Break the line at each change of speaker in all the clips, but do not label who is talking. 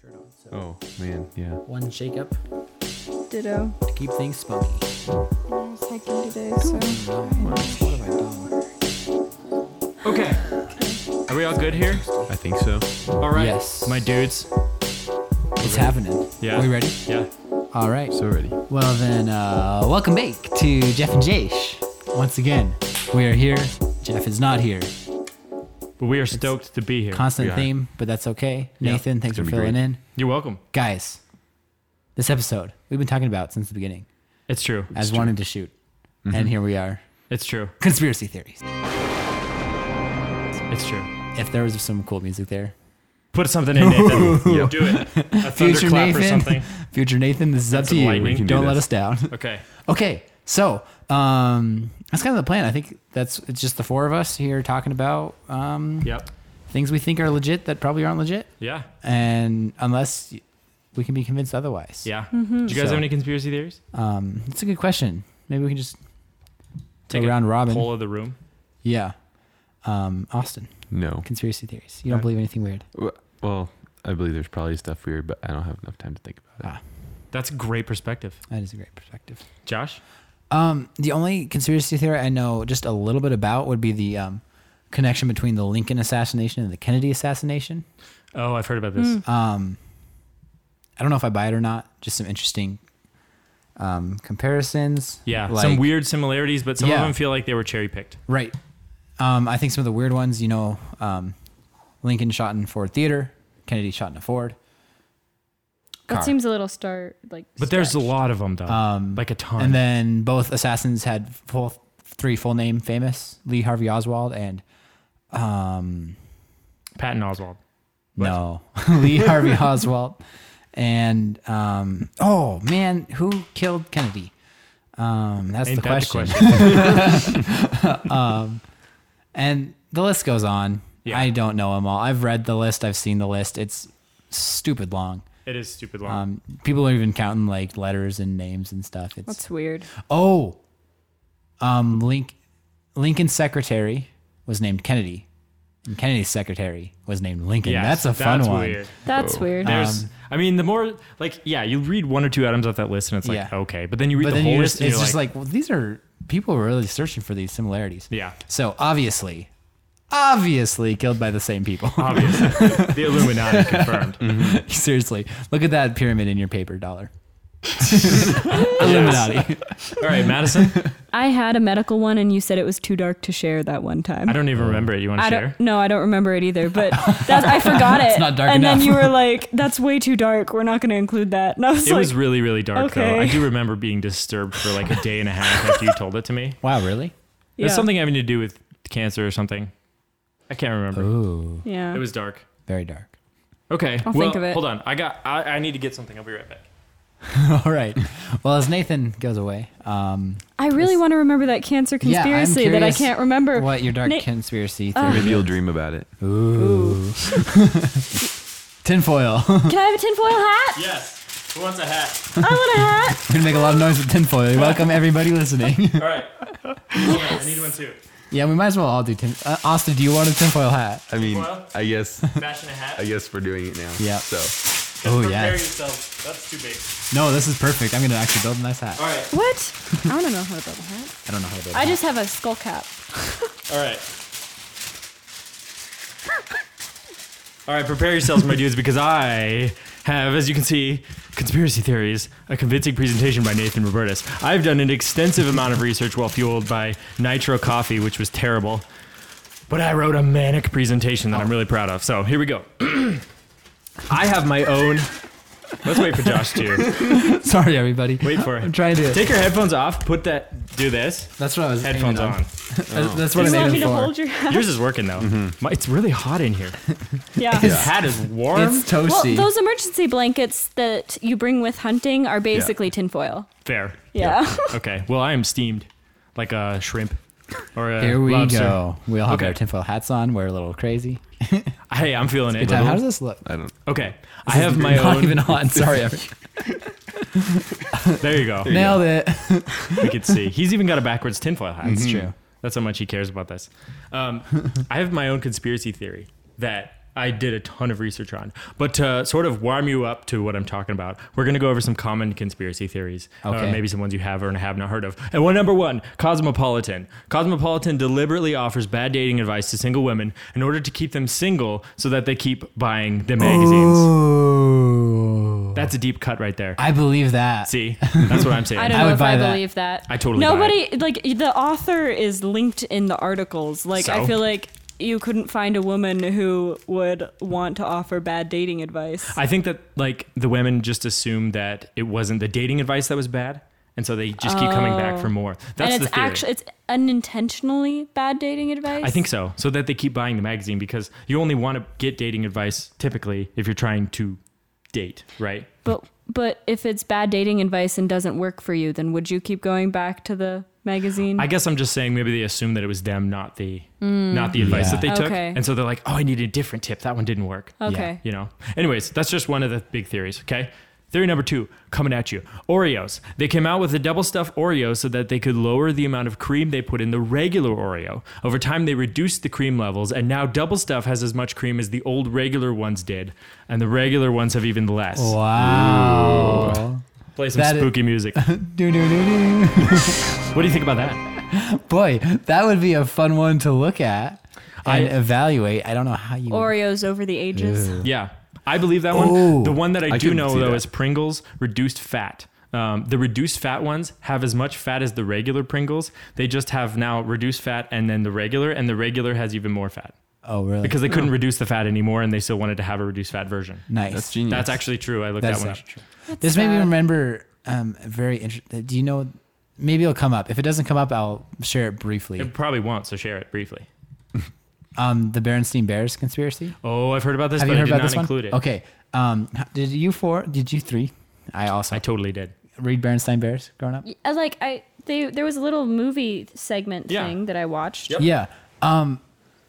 shirt on. So
Oh man, yeah.
one shake up
Ditto.
to keep things smoky.
I was hiking today, so.
What have I done?
Okay. Are we all good here?
I think so.
All right.
Yes.
My dudes.
It's happening.
Yeah.
Are we ready?
Yeah.
All right.
So ready.
Well then, uh, welcome back to Jeff and Jash. Once again, we are here. Jeff is not here.
But we are stoked to be here.
Constant
We are.
theme, but that's okay.
Yeah.
Nathan, thanks for
It's gonna be
filling
great.
in.
You're welcome.
Guys, this episode we've been talking about since the beginning
It's true. Mm-hmm.
as wanting to shoot, and here we are.
It's true.
Conspiracy theories.
It's true.
If there was some cool music there,
Put something in, Nathan. Do it. A
future
thunderclap
Nathan,
or something.
future Nathan, this is up to
some
you.
lightning. We can
do
Don't let
this.
us down.
Okay.
Okay, so um, that's kind of the plan. I think that's it's just the four of us here talking about um,
Yep.
things we think are legit that probably aren't legit,
Yeah.
and unless y- we can be convinced otherwise.
Yeah. Do you guys
So-
have any conspiracy theories?
um, it's a good question. Maybe we can just
Take
go
a
round robin.
poll of the room.
Yeah, um, Austin,
No.
conspiracy theories. You don't
Uh,
believe anything weird.
Well, I believe there's probably stuff weird, but I don't have enough time to think about
That's great perspective.
That is a great perspective.
Josh?
Um, the only conspiracy theory I know just a little bit about would be the um, connection between the Lincoln assassination and the Kennedy assassination.
Oh, I've heard about this.
Mm,
Um, I don't know if I buy it or not. Just some interesting um, comparisons.
Yeah.
like-
some weird similarities, but some of
Yeah.
them feel like they were cherry picked.
Right. Um, I think some of the weird ones, you know, um, Lincoln shot in Ford Theater, Kennedy shot in a Ford.
That
car.
seems a little star like.
But there's a
stretched.
lot of them, though.
Um,
like a ton.
and then both assassins had full three full name famous Lee Harvey Oswald and um,
Patton Oswald.
No, Lee Harvey Oswald, and um, oh man, who killed Kennedy? Um, that's
Ain't
the
that the
question. um, and the list goes on.
Yeah.
I don't know them all. I've read the list. I've seen the list. It's stupid long.
It is stupid long.
Um, people are even counting like letters and names and stuff. It's
That's weird.
oh, um, Link, Lincoln's secretary was named Kennedy, and Kennedy's secretary was named Lincoln.
Yes,
that's a fun
that's
one.
Weird.
That's
Oh.
weird.
There's,
Um,
I mean, the more like, yeah, you read one or two items off that list, and it's like,
Yeah.
okay, but then you read
but
the
then
whole
you
list,
just,
and
it's
you're
just
like,
like, well, these are people were really searching for these similarities.
yeah,
So obviously, obviously killed by the same people.
obviously, the Illuminati confirmed.
Mm. Seriously, look at that pyramid in your paper dollar. Illuminati.
All right, Madison,
I had a medical one, and you said it was too dark to share that one time.
I don't
Um,
even remember it. You want to
I
share?
don't. No, I don't remember it either. But that's, I forgot it.
It's not dark
and
enough.
then you were like, "That's way too dark. We're not going to include that." And I was
It
like,
was really, really dark though.
okay.
I do remember being disturbed for like a day and a half after you told it to me.
Wow, really?
It
yeah.
was something having to do with cancer or something. I can't remember.
Ooh,
Yeah.
It was dark.
very dark.
Okay,
I'll
well,
think of it.
Hold on, I got. I, I need to get something. I'll be right back.
All right. Well, as Nathan goes away, um,
I really want to remember that cancer
Yeah, I'm
conspiracy that I
curious
can't remember.
what your dark
Nate-
conspiracy
Uh,
it.
theory?
Maybe you'll dream about it.
Ooh. Tinfoil. We're
Can I have a tinfoil hat?
Yes. Who wants a hat?
I want a hat.
gonna make a lot of noise with tinfoil. Welcome everybody listening.
All right. Hold on, I need one too.
yeah, we might as well all do tin. Uh, Austin, do you want a tinfoil hat?
I mean,
Well-
I guess,
Fashion a hat.
I guess we're doing it now.
Yeah.
So
Oh, prepare yes.
yourself. That's too big.
No, this is perfect. I'm gonna actually build a nice hat.
All right.
What? I don't know how to build a hat.
I don't know how to build. a
I
hat.
just have a skull cap.
All right. All right, prepare yourselves, my dudes, because I have, as you can see, conspiracy theories, a convincing presentation by Nathan Robertus. I've done an extensive amount of research while fueled by Nitro Coffee, which was terrible. But I wrote a manic presentation that I'm really proud of. So here we go. I have my own. Let's wait for Josh too.
Sorry, everybody.
Wait for
I'm
it.
trying to.
Take your headphones off. Put that. Do this.
that's what I was. aiming
Headphones
on.
on.
That's, that's what I'm
You want me
aiming
to
for.
hold your hat?
Yours is working though.
Mm-hmm.
My, it's really hot in here.
Yeah.
His hat is warm.
It's toasty.
Well, those emergency blankets that you bring with hunting are basically tinfoil.
Fair.
Yeah.
Okay. Well, I am steamed like a shrimp or a
Here we
lobster.
go. We all have
Okay.
our tinfoil hats on. We're a little crazy.
Hey, I'm feeling it.
How does this look?
I don't.
Okay. I have my
Not
own.
even on. Sorry, everybody.
There you go.
nailed it.
we could see. He's even got a backwards tinfoil hat. Mm-hmm.
It's true.
That's how much he cares about this. Um, I have my own conspiracy theory that I did a ton of research on. But to sort of warm you up to what I'm talking about, we're going to go over some common conspiracy theories, or
Okay.
maybe some ones you have or have not heard of. And one number one, Cosmopolitan. Cosmopolitan deliberately offers bad dating advice to single women in order to keep them single, so that they keep buying the magazines.
Oh. Ooh.
That's a deep cut right there.
I believe that.
See, that's what I'm saying.
I don't
I
know
would
if
buy
I
that.
believe that.
I totally buy
Nobody like the author is linked in the articles. Like
So?
I feel like you couldn't find a woman who would want to offer bad dating advice.
I think that like the women just assume that it wasn't the dating advice that was bad, and so they just keep coming back for more. That's
Oh. and it's
the theory.
actually it's unintentionally bad dating advice.
I think so, so that they keep buying the magazine because you only want to get dating advice typically if you're trying to date, right?
But but if it's bad dating advice and doesn't work for you, then would you keep going back to the magazine?
I guess I'm just saying maybe they assume that it was them, not the not the advice
Yeah.
that they took,
Okay.
and so they're like, oh, I need a different tip. That one didn't work.
okay.
you know. Anyways, that's just one of the big theories, okay? Theory number two coming at you Oreos. They came out with the double stuffed Oreo so that they could lower the amount of cream they put in the regular Oreo. Over time, they reduced the cream levels, and now double stuff has as much cream as the old regular ones did, and the regular ones have even less.
Wow.
Play some
Oh, That is-
spooky music. what
Do, do, do, do.
do you think about that?
Boy, that would be a fun one to look at and
I-
evaluate. I don't know how you.
Oreos over the ages.
Ew.
Yeah, I believe that one.
Oh.
the one that I,
I
do
couldn't
know,
see
though,
that.
is Pringles reduced fat. Um, the reduced fat ones have as much fat as the regular Pringles. They just have now reduced fat and then the regular, and the regular has even more fat
oh, really?
because they couldn't reduce the fat anymore and they still wanted to have a reduced fat version.
nice.
That's genius.
That's actually true. I looked
That
that,
is
one up.
actually This made me
sad.
remember um, a very interesting. Do you know? Maybe it'll come up. If it doesn't come up, I'll share it briefly.
It probably won't, so share it briefly.
Um, the Berenstein Bears conspiracy.
Oh, I've heard about this,
Have
but
you
I
heard
did
about
not
this one?
include it.
Okay. Um, h- did you four? Did you three? I also
I totally did.
read Berenstein Bears growing up.
I like I they there was a little movie segment
Yeah.
thing that I watched.
Yep.
Yeah. Um,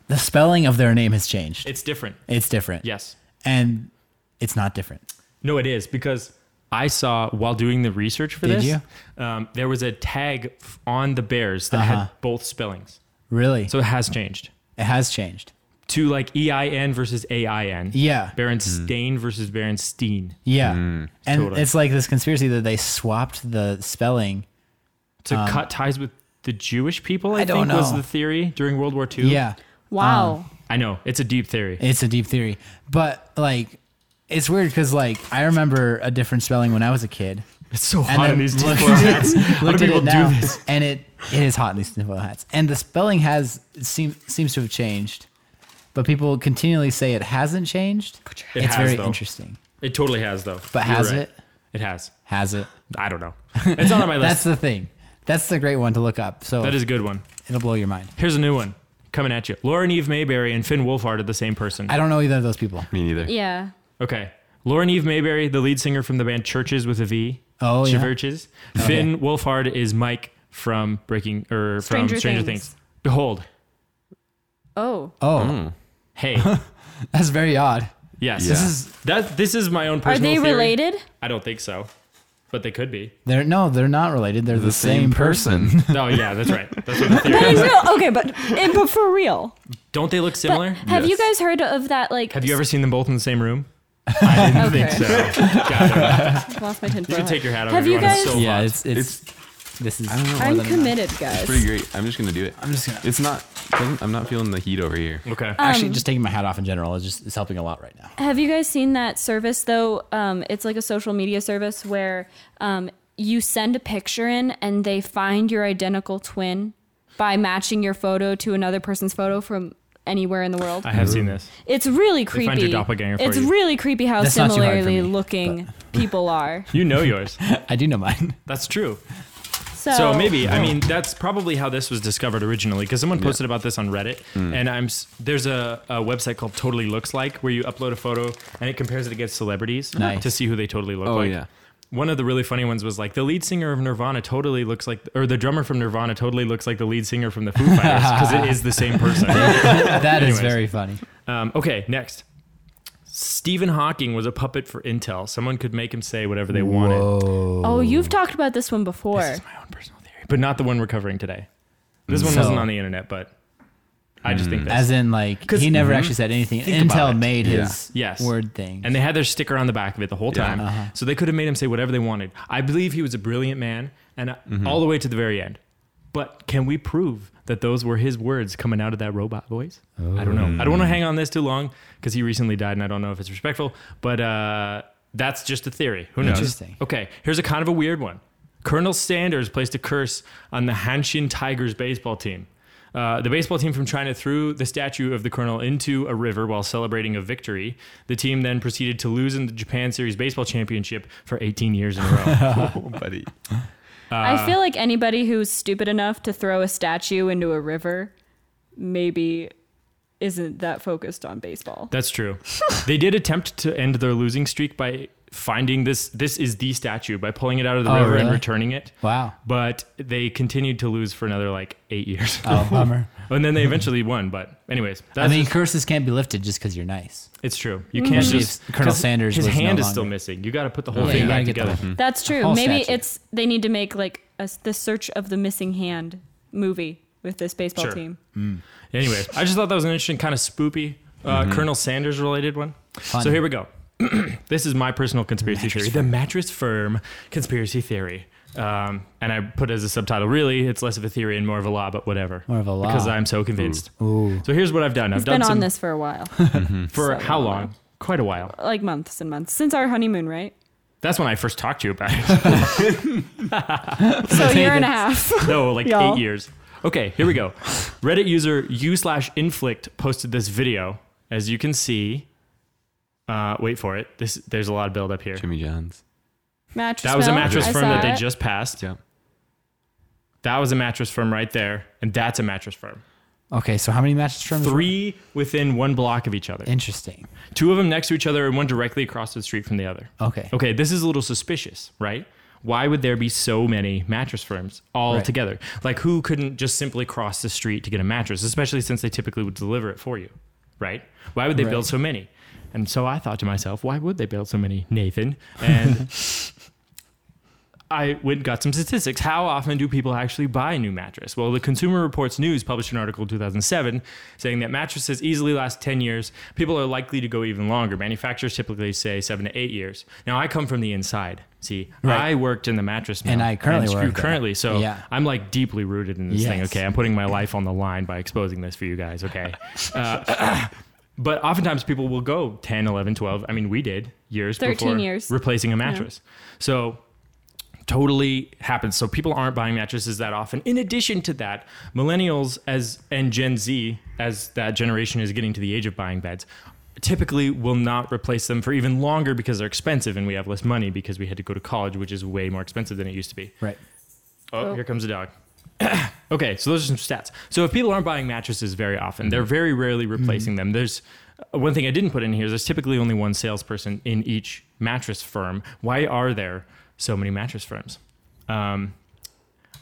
the spelling of their name has changed.
It's different.
It's different.
Yes.
And it's not different.
No, it is because I saw while doing the research for
Did
this, Um, there was a tag f- on the Bears that
Uh-huh.
had both spellings.
Really.
So it has changed
it has changed.
to like E I N versus A I N.
Yeah.
Berenstain versus Berenstein
Yeah. and
totally.
it's like this conspiracy that they swapped the spelling.
to cut ties with the Jewish people. I,
Um, I don't
think was
know.
the theory during World War II.
Yeah.
Wow.
I know it's a deep theory.
It's a deep theory, but like, it's weird because like I remember a different spelling when I was a kid.
It's so
And
hot
then
in these
looked-
deep hats. How do
Looked at
people
it
do
now,
this?
and it it is hot in these tinfoil hats, and the spelling has seems seems to have changed, but people continually say it hasn't changed.
It
it's
has,
very
though.
interesting,
It totally has though.
but
You're
has
right.
it?
It has.
Has it?
I don't know. It's not on my
That's
list.
the thing. That's the great one to look up. So
that is a good one.
it'll blow your mind.
Here's a new one coming at you. Lauren Eve Mayberry and Finn Wolfhard are the same person.
I don't know either of those people.
Me neither.
Yeah.
Okay. Lauren Eve Mayberry, the lead singer from the band Churches with a V.
Oh, yeah.
Churches. Finn Wolfhard is Mike from Breaking or
Stranger
from Stranger
Things.
Things. Behold.
Oh.
Oh,
Hey.
that's very odd.
yes.
Yeah.
This is
That this is my own
Are
personal
they
theory.
related?
I don't think so. But they could be.
they're no, they're not related. They're the, same, person.
Oh yeah, that's right. That's what the theory
But
is.
in real- okay, but and, but for real.
Don't they look similar?
Have you
Yes.
guys heard of that? Like,
Have you ever seen them both in the same room? I didn't
Okay.
think so. God,
lost my tinfoil
you can
hat.
take your hat off.
Have
if
you
you, want. It's
guys-
So
Yeah,
hot.
it's, it's this is. I don't know
I'm committed, guys.
Pretty great. I'm just gonna do it. I'm
just gonna- Um,
It's not. doesn't- I'm not feeling the heat over here.
okay.
Actually, just taking my hat off in general is just it's helping a lot right now.
Have you guys seen that service though? Um, it's like a social media service where um, you send a picture in and they find your identical twin by matching your photo to another person's photo from anywhere in the world.
I have seen this.
it's really creepy.
find your doppelganger for
it's
you.
really creepy how
That's not too hard for me,
similarly looking people are.
You know yours.
I do know mine.
That's true.
So,
So maybe I mean that's probably how this was discovered originally because someone posted about this on Reddit and I'm s- there's a, a website called Totally Looks Like where you upload a photo and it compares it against celebrities
Nice.
to see who they totally look
Oh,
like.
yeah.
One of the really funny ones was like the lead singer of Nirvana totally looks like, or the drummer from Nirvana totally looks like the lead singer from the Foo Fighters because it is the same person.
That is
Anyways.
very funny.
Um, okay, next. Stephen Hawking was a puppet for Intel. Someone could make him say whatever they wanted.
oh, you've talked about this one before.
This is my own personal theory, but not the one we're covering today. This one
So- Mm.
wasn't on the internet, but I just think that's
As in, like
'Cause-
he never
Mhm.
actually said anything.
Think about
Intel
it.
made
Yeah.
his
Yes.
word thing. Uh-huh.
And they had their sticker on the back of it the whole
Yeah.
time. So they could have made him say whatever they wanted. I believe he was a brilliant man and uh, all the way to the very end. But can we prove that those were his words coming out of that robot voice? I don't know. I don't want to hang on this too long because he recently died and I don't know if it's respectful, but uh, that's just a theory. Who knows?
Interesting.
Okay, here's a kind of a weird one. Colonel Sanders placed a curse on the Hanshin Tigers baseball team. Uh, the baseball team from China threw the statue of the colonel into a river while celebrating a victory. The team then proceeded to lose in the Japan Series baseball championship for 18 years in a row.
Oh, buddy.
Uh,
I feel like anybody who's stupid enough to throw a statue into a river maybe isn't that focused on baseball.
That's true. they did attempt to end their losing streak by finding this. This is the statue by pulling it out of the
Oh,
river and
really?
returning it.
wow.
But they continued to lose for another like eight years.
Oh, bummer.
and then they eventually won. But anyways,
I
that's
mean, curses can't be lifted just because you're nice.
It's true. You can't
Especially
just
if Mm-hmm. Colonel
'cause
Sanders
His
was no
hand is still
longer-
missing. You got to put the whole
Yeah,
thing
you gotta
back
get the
together.
whole-
That's true.
whole
Maybe
statue.
it's they need to make like a s- the search of the missing hand movie with this baseball
Sure.
team.
Anyway, I just thought that was an interesting kind of spoopy uh,
Mm-hmm.
Colonel Sanders related one.
Fun.
So here we go. this is my personal conspiracy
Mattress
theory.
firm.
The mattress firm conspiracy theory. Um, and I put it as a subtitle. Really, it's less of a theory and more of a law, but whatever.
More of a law.
Because I'm so convinced.
Ooh.
So here's what I've done. I've
It's
done
been
some
on this for a while,
for
so
how
long.
long? Quite a while.
like months and months since our honeymoon, right?
That's when I first talked to you about it.
So a year and a half.
no, like
Y'all.
eight years. Okay, here we go. Reddit user u slash inflict posted this video. As you can see, uh, wait for it. This there's a lot of build up here.
Jimmy John's.
mattress.
That was a
film.
mattress
I
firm
saw
that they
it.
just passed.
Yeah.
That was a mattress firm right there, and that's a mattress firm.
Okay, so how many matches from
Three within one block of each other.
Interesting.
Two of them next to each other, and one directly across the street from the other.
Okay.
Okay, this is a little suspicious, right? Why would there be so many mattress firms all
Right.
together? Like, who couldn't just simply cross the street to get a mattress, especially since they typically would deliver it for you, right? Why would they
Right.
build so many? And so I thought to myself, why would they build so many, Nathan? And I went and got some statistics. How often do people actually buy a new mattress? Well, the Consumer Reports News published an article in 2007 saying that mattresses easily last 10 years. People are likely to go even longer. Manufacturers typically say seven to eight years. Now, I come from the inside. See,
Right.
I worked in the mattress
And
mill,
I currently
you
work there.
currently, so
Yeah.
I'm like deeply rooted in this thing.
Yes.
Okay, I'm putting my life on the line by exposing this for you guys. Okay. Uh, But oftentimes people will go 10, 11, 12. I mean, we did years
13
before
years.
replacing a mattress. So totally happens. So people aren't buying mattresses that often. In addition to that, millennials as and Gen Z, as that generation is getting to the age of buying beds, typically will not replace them for even longer because they're expensive and we have less money because we had to go to college, which is way more expensive than it used to be.
Right.
Oh,
Oh.
here comes a dog. okay, so those are some stats. So if people aren't buying mattresses very often,
Mm-hmm.
they're very rarely replacing them. There's uh, one thing I didn't put in here is there's typically only one salesperson in each mattress firm. Why are there so many mattress firms? Um,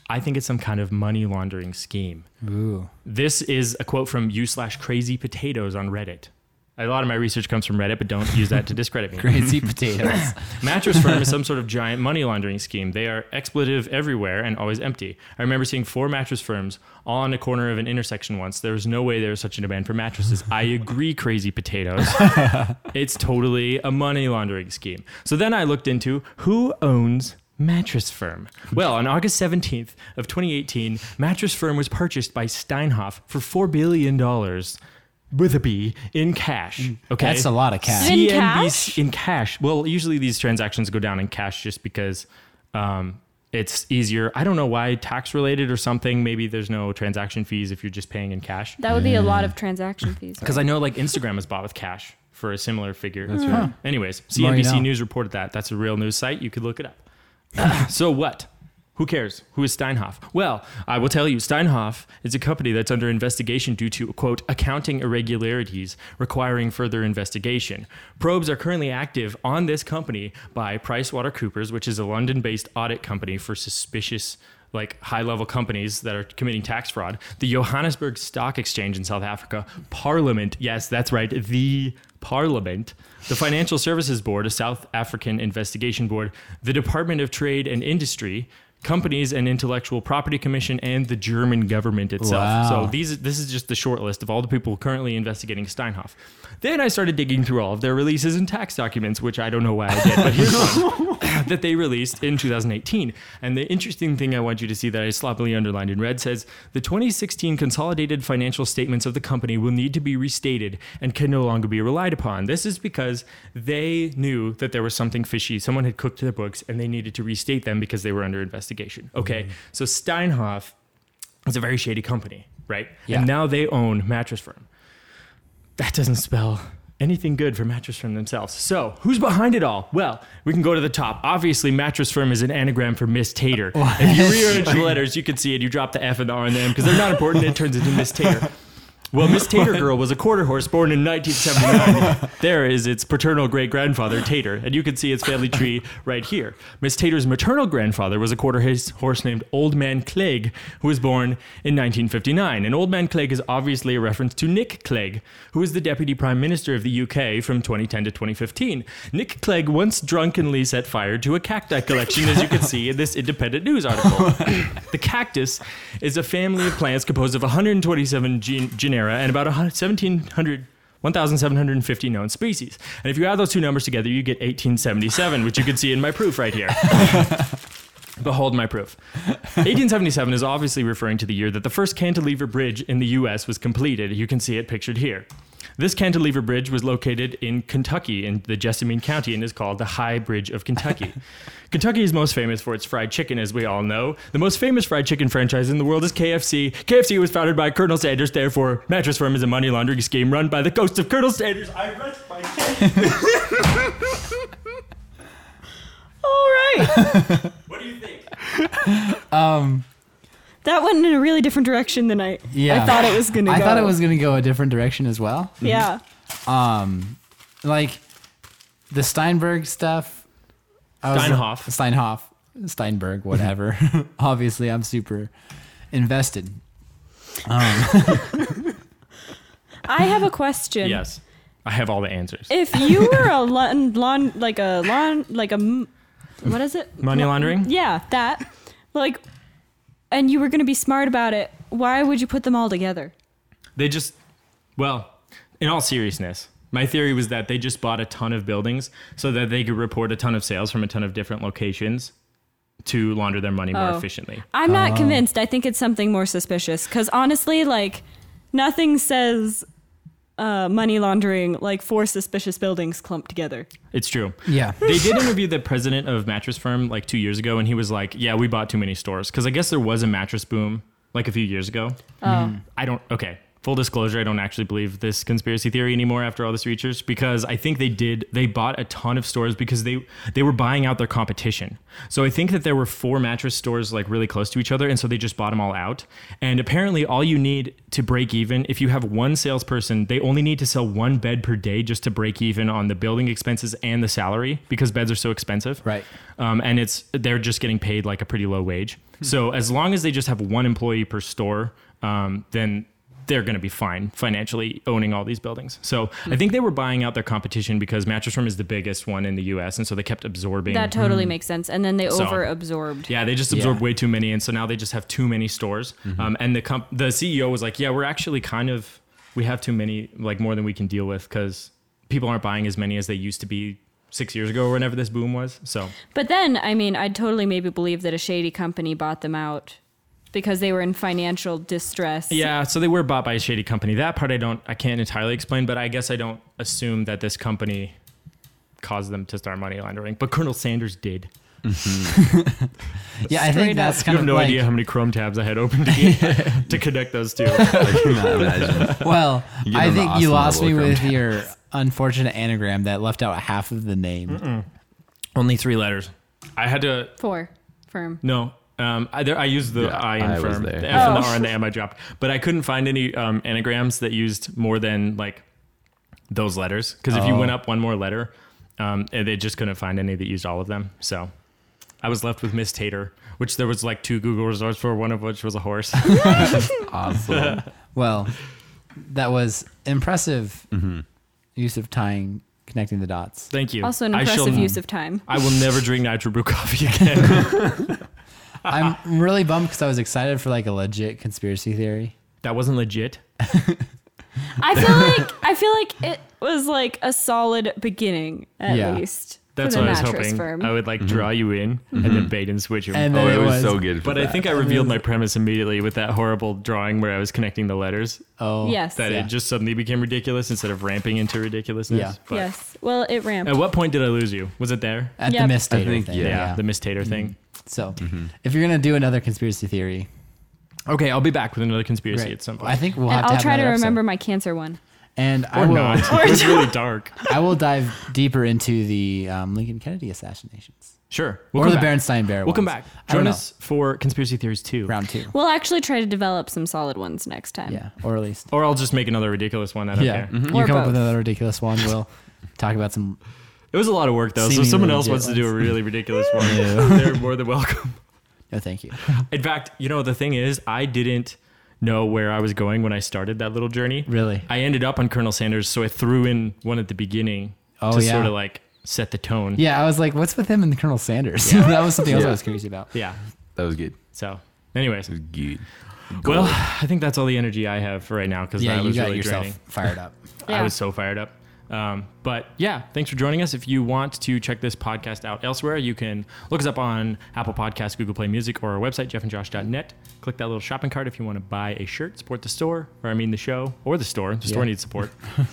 I think it's some kind of money laundering scheme.
Ooh.
This is a quote from u slash crazy potatoes on Reddit. A lot of my research comes from Reddit, but don't use that to discredit me.
Crazy potatoes.
Mattress Firm is some sort of giant money laundering scheme. They are expletive everywhere and always empty. I remember seeing four mattress firms all on a corner of an intersection once. There was no way there was such a demand for mattresses. I agree, crazy potatoes. it's totally a money laundering scheme. So then I looked into who owns Mattress Firm. Well, on August 17th of 2018, Mattress Firm was purchased by Steinhoff for $4 billion with a B in cash. Okay.
Mm. That's a lot of cash.
In
CNBC
cash?
in cash. Well, usually these transactions go down in cash just because um, it's easier. I don't know why tax related or something. Maybe there's no transaction fees if you're just paying in cash.
That would be a lot of transaction fees.
Because I know like Instagram is bought with cash for a similar figure. That's
right.
Anyways,
more you
CNBC
know.
News reported that. That's a real news site. You could look it up. so what? Who cares? Who is Steinhoff? Well, I will tell you, Steinhoff is a company that's under investigation due to, quote, accounting irregularities requiring further investigation. Probes are currently active on this company by PricewaterCoopers, which is a London based audit company for suspicious, like, high level companies that are committing tax fraud, the Johannesburg Stock Exchange in South Africa, Parliament, yes, that's right, the Parliament, the Financial Services Board, a South African investigation board, the Department of Trade and Industry, companies and intellectual property commission and the German government itself.
Wow.
So these this is just the short list of all the people currently investigating Steinhoff. Then I started digging through all of their releases and tax documents, which I don't know why I did, but here's one that they released in 2018. And the interesting thing I want you to see that I sloppily underlined in red says the 2016 consolidated financial statements of the company will need to be restated and can no longer be relied upon. This is because they knew that there was something fishy. Someone had cooked their books and they needed to restate them because they were under investigation. Okay, so Steinhoff is a very shady company, right?
Yeah.
And now they own Mattress Firm. That doesn't spell anything good for Mattress Firm themselves. So, who's behind it all? Well, we can go to the top. Obviously, Mattress Firm is an anagram for Miss Tater. if you rearrange the letters, you can see it. You drop the F and the R and the M because they're not important. it turns into Miss Tater. Well, Miss Tater Girl was a quarter horse born in 1979. there is its paternal great grandfather, Tater, and you can see its family tree right here. Miss Tater's maternal grandfather was a quarter his- horse named Old Man Clegg, who was born in 1959. And Old Man Clegg is obviously a reference to Nick Clegg, who was the Deputy Prime Minister of the UK from 2010 to 2015. Nick Clegg once drunkenly set fire to a cacti collection, as you can see in this independent news article. the cactus is a family of plants composed of 127 gen- genera and about a hun- 1700 1,750 known species. And if you add those two numbers together, you get 1877, which you can see in my proof right here. Behold my proof. 1877 is obviously referring to the year that the first cantilever bridge in the U.S. was completed. You can see it pictured here. This cantilever bridge was located in Kentucky in the Jessamine County and is called the High Bridge of Kentucky. Kentucky is most famous for its fried chicken, as we all know. The most famous fried chicken franchise in the world is KFC. KFC was founded by Colonel Sanders, therefore, Mattress Firm is a money laundering scheme run by the ghost of Colonel Sanders. I rest my case.
All right.
What do you think?
that went in a really different direction than I
Um, Yeah.
I thought it was going to go.
I thought it was going to go a different direction as well.
Yeah.
Like the Steinberg stuff. I was-
Steinhoff.
Steinhoff. Steinberg, whatever. Obviously, I'm super invested.
I have a question.
Yes. I have all the answers.
If you were a lawn, lawn like a lawn, like a, m- what is it?
Money
Laun-
laundering?
Yeah, that. Like, and you were going to be smart about it. Why would you put them all together?
They just, well, in all seriousness, my theory was that they just bought a ton of buildings so that they could report a ton of sales from a ton of different locations to launder their money more
Oh.
efficiently.
I'm not convinced. I think it's something more suspicious. Because honestly, like, nothing says uh, money laundering like four suspicious buildings clumped together.
It's true.
Yeah.
They did interview the president of Mattress Firm like two years ago, and he was like, "Yeah, we bought too many stores because I guess there was a mattress boom like a few years ago." Mm-hmm. I don't. Okay. Full disclosure, I don't actually believe this conspiracy theory anymore after all this research because I think they did they bought a ton of stores because they they were buying out their competition. So I think that there were four mattress stores like really close to each other and so they just bought them all out. And apparently all you need to break even if you have one salesperson, they only need to sell one bed per day just to break even on the building expenses and the salary because beds are so expensive
Right.
um, and it's they're just getting paid like a pretty low wage. So as long as they just have one employee per store, um, then they're going to be fine financially owning all these buildings. So I think they were buying out their competition because Mattress Firm is the biggest one in the U.S. and so they kept absorbing.
That totally makes sense. And then they
Hmm. So-
over absorbed.
yeah, they just absorbed
Yeah.
way too many, and so now they just have too many stores. Um, and the comp- the CEO was like, "Yeah, we're actually kind of we have too many, like more than we can deal with, because people aren't buying as many as they used to be six years ago or whenever this boom was." So
But then, I mean, I'd totally maybe believe that a shady company bought them out because they were in financial distress.
Yeah, so they were bought by a shady company. That part I don't, I can't entirely explain, but I guess I don't assume that this company caused them to start money laundering. But Colonel Sanders did.
Yeah, I
Straight
think
up.
that's
You
kind
have
of
no
like,
idea how many Chrome tabs I had open to, get, to connect those two.
I cannot imagine.
Well,
You get
I
on the
think you
Austin
lost me
level
with
account.
your unfortunate anagram that left out half of the name.
Only three letters. I had to
Four firm.
no. Um, I, there, I used the
Yeah,
I in
I was
firm,
there.
the F and the
Oh.
R and the M I dropped, but I couldn't find any um, anagrams that used more than like those letters. Because if you
Oh.
went up one more letter, um, and they just couldn't find any that used all of them. So I was left with Miss Tater, which there was like two Google results for, one of which was a horse.
Awesome.
Well, that was impressive
Mm-hmm.
use of tying, connecting the dots.
Thank you.
Also, an
I shall-
impressive use of time.
I will never drink nitro brew coffee again.
I'm really bummed because I was excited for like a legit conspiracy theory.
That wasn't legit.
I feel like I feel like it was like a solid beginning at
Yeah.
least.
That's
for
what
the
I was
mattress
hoping.
firm.
I would like draw you in and then bait and switch you.
And
Oh,
then
it was so good. For
but I
that.
think I revealed my premise immediately with that horrible drawing where I was connecting the letters.
Oh,
Yes.
That
Yeah.
it just suddenly became ridiculous instead of ramping into ridiculousness.
Yeah.
But
yes. Well, it ramped.
At what point did I lose you? Was it there?
at
Yep.
the mistake.
I think,
thing.
yeah.
The Mm-hmm. mistator thing.
So if you're gonna do another conspiracy theory,
Okay, I'll be back with another conspiracy
great.
at some point.
I think we'll
and
have to.
I'll
have
try to
another episode.
remember my cancer one.
And I
or
will.
not. it was really dark.
I will dive deeper into the um, Lincoln Kennedy assassinations
Sure.
or
come
the
back.
Bernstein Bear.
We'll come
ones.
back.
I don't
Join
know.
us for conspiracy theories two.
round two.
We'll actually try to develop some solid ones next time.
Yeah, or at least
Or I'll just make another ridiculous one. I don't
yeah. Mm-hmm.
care.
You
Or
come up with
both.
another ridiculous one. We'll talk about some.
It was a lot of work though. So if
Seemingly
someone else wants
legit
to do a
ones.
really ridiculous one.
Yeah.
They're more than welcome.
No, thank you.
In fact, you know the thing is, I didn't know where I was going when I started that little journey.
Really?
I ended up on Colonel Sanders, so I threw in one at the beginning
Oh,
to
yeah.
sort of like set the tone.
Yeah, I was like, what's with him and Colonel Sanders? that was something else I was curious about.
Yeah.
that was good.
So, anyways,
It was good.
well, I think that's all the energy I have for right now because
Yeah,
that
you
was
got
really
yourself
draining.
fired up.
Yeah.
I was so fired up. Um, but yeah, thanks for joining us. If you want to check this podcast out elsewhere, you can look us up on Apple Podcasts, Google Play Music, or our website, jeffandjosh.net. Click that little shopping cart if you want to buy a shirt, support the store, or I mean the show, or the store. The store
Yeah.
needs support.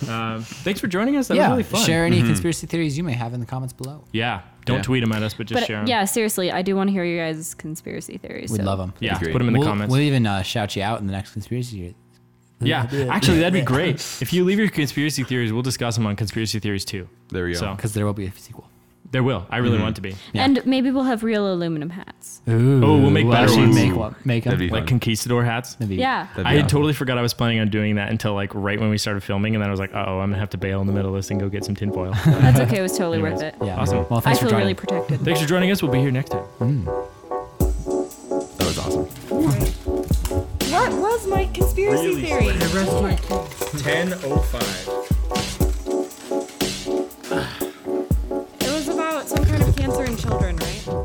um, thanks for joining us. That
yeah,
was really fun. Mm-hmm.
share any conspiracy theories you may have in the comments below.
Yeah, don't
Yeah.
tweet them at us, but just
But
share 'em.
yeah, seriously, I do want to hear your guys' conspiracy theories.
We'd
so-
love them.
Yeah,
That'd be
put them in the
we'll,
comments.
We'll even uh, shout you out in the next conspiracy theory.
yeah, actually, that'd be great. If you leave your conspiracy theories, we'll discuss them on Conspiracy Theories too.
There we go.
So
because there will be a sequel.
there will. I
Mm-hmm.
really want to be.
Yeah.
And maybe we'll have real aluminum hats.
Ooh,
Oh, we'll make better
actually
ones.
Make one. Make 'em.
That'd be
Like
fun.
conquistador hats.
That'd be-
Yeah.
That'd be
I had
awesome.
totally forgot I was planning on doing that until like right when we started filming, and then I was like, "Oh, I'm gonna have to bail in the middle of this and go get some tinfoil."
That's okay. It was totally worth it.
Yeah.
Awesome.
Well,
I
thanks
feel
for joining.
really protected.
Thanks for joining us. We'll be here next time.
that was awesome.
What was my conspiracy theory?
Ten oh five.
It was about some kind of cancer in children, right?